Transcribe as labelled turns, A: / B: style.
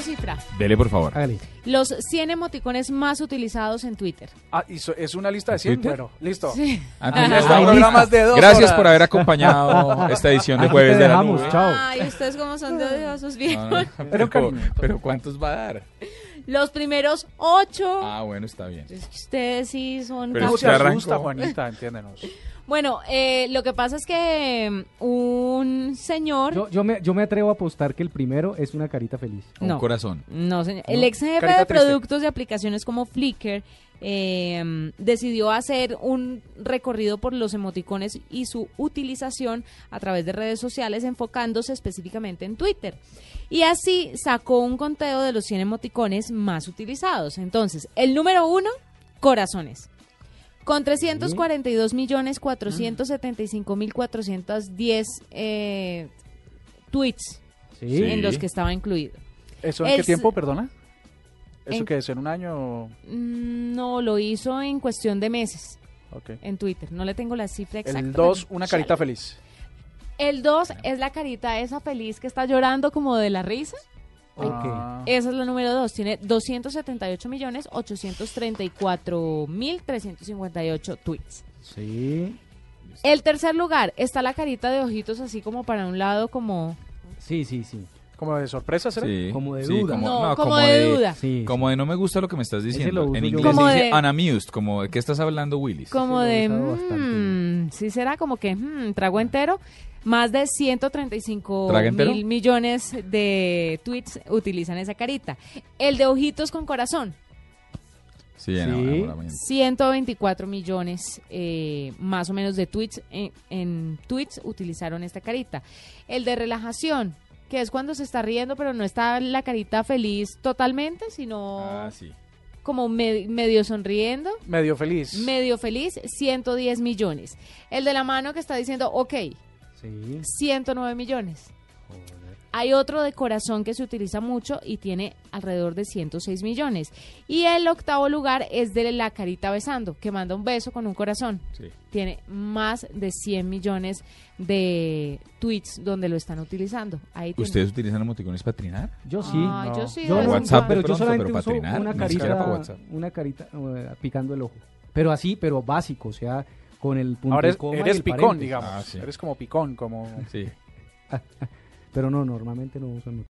A: Cifra,
B: Dele, por favor.
C: Hágale.
A: los 100 emoticones más utilizados en Twitter.
D: Ah, y so- es una lista de 100.
B: ¿Twitter?
D: Bueno, listo.
B: Ah,
D: Aquí
B: ya
D: está,
B: está.
D: programas de dos
B: Gracias
D: horas.
B: por haber acompañado esta edición de
C: Aquí
B: Jueves
C: te
B: Pues, de la
C: dejamos,
B: Nube.
C: chao.
A: Ay, ustedes como son de odiosos,
B: No,
A: ¿vieron?
B: no,
D: Pero
B: pero,
D: cariño.
B: pero ¿cuántos va a dar?
A: Los primeros ocho.
B: Ah, bueno, está bien.
A: Es que Ustedes sí son...
B: Pero
D: No
A: tan-
B: es
D: se
B: que arrancó.
D: asusta, Juanita, entiéndenos.
A: Bueno, eh, lo que pasa es que mm, un señor...
C: Yo, yo, me, yo me atrevo a apostar que el primero es una carita feliz.
B: Un
A: No.
B: corazón.
A: No, señor. El ex jefe
D: Carita
A: de
D: triste.
A: productos de aplicaciones como Flickr eh, decidió hacer un recorrido por los emoticones y su utilización a través de redes sociales, enfocándose específicamente en Twitter. Y así sacó un conteo de los 100 emoticones más utilizados. Entonces, el número uno, corazones. Con 342 millones 475 mil 410 eh, tweets
C: Sí.
B: Sí.
A: en los que estaba incluido.
D: ¿Eso en
A: El
D: qué
A: s-
D: tiempo, perdona? ¿Eso
A: en-
D: qué es? ¿En un año?
A: Mm, No, lo hizo en cuestión de meses
D: Ok.
A: en Twitter. No le tengo la cifra exacta.
D: El 2,
A: pero-
D: una carita feliz.
A: El 2 es la carita esa feliz que está llorando como de la risa.
C: Ok.
D: Ah,
A: Esa es la número 2. Tiene 278 millones 834 mil 358 tweets.
C: Sí.
A: El tercer lugar está la carita de ojitos así como para un lado como...
C: Sí, sí, sí.
D: ¿Como de sorpresa, será?
B: Sí,
C: Como de
B: sí,
C: duda.
B: como-
A: no,
B: no,
A: como, de, duda.
C: Sí.
B: Como de no me gusta lo que me estás
C: lo
B: diciendo.
C: uso
B: En
C: yo.
B: inglés
A: Como
B: se dice
A: de-
B: unamused, como de qué estás hablando, Willis.
A: Como
C: lo he
A: de...
C: usado bastante.
A: mm, sí será como que... mm, trago entero. Más de 135
B: ¿Trago entero?
A: mil millones de tweets utilizan esa carita. El de ojitos con corazón.
B: Sí, en
C: Sí.
B: enamoramiento.
A: 124 millones eh, más o menos de tweets en, en tweets utilizaron esta carita. El de relajación, que es cuando se está riendo, pero no está la carita feliz totalmente, sino
B: Ah, sí.
A: como me- medio sonriendo,
D: Medio feliz.
A: medio feliz, 110 millones. El de la mano que está diciendo, ok,
C: Sí.
A: 109 millones.
C: Joder.
A: Hay otro de corazón que se utiliza mucho y tiene alrededor de 106 millones. Y el octavo lugar es de la carita besando, que manda un beso con un corazón.
B: sí.
A: Tiene más de 100 millones de tweets donde lo están utilizando. Ahí tiene.
B: ¿Ustedes utilizan emoticones para trinar?
C: Yo sí.
A: Ay,
D: no.
A: yo sí.
C: Yo
A: de
B: Para
A: vez en
C: no,
B: WhatsApp
A: cuando.
B: Ah,
C: pero
B: de
C: yo
B: pronto,
C: solamente
B: pero para
C: uso
B: trinar,
C: una
B: ni siquiera para
C: carita,
B: WhatsApp.
C: una carita eh, picando el ojo. Pero así, pero básico, o sea, con el punto
D: Ahora es-
C: coma y
D: eres
C: el
D: picón,
C: paréntesis.
D: digamos.
B: Ah, sí.
D: Eres como picón, como...
B: Sí.
C: Pero no, normalmente no uso mucho.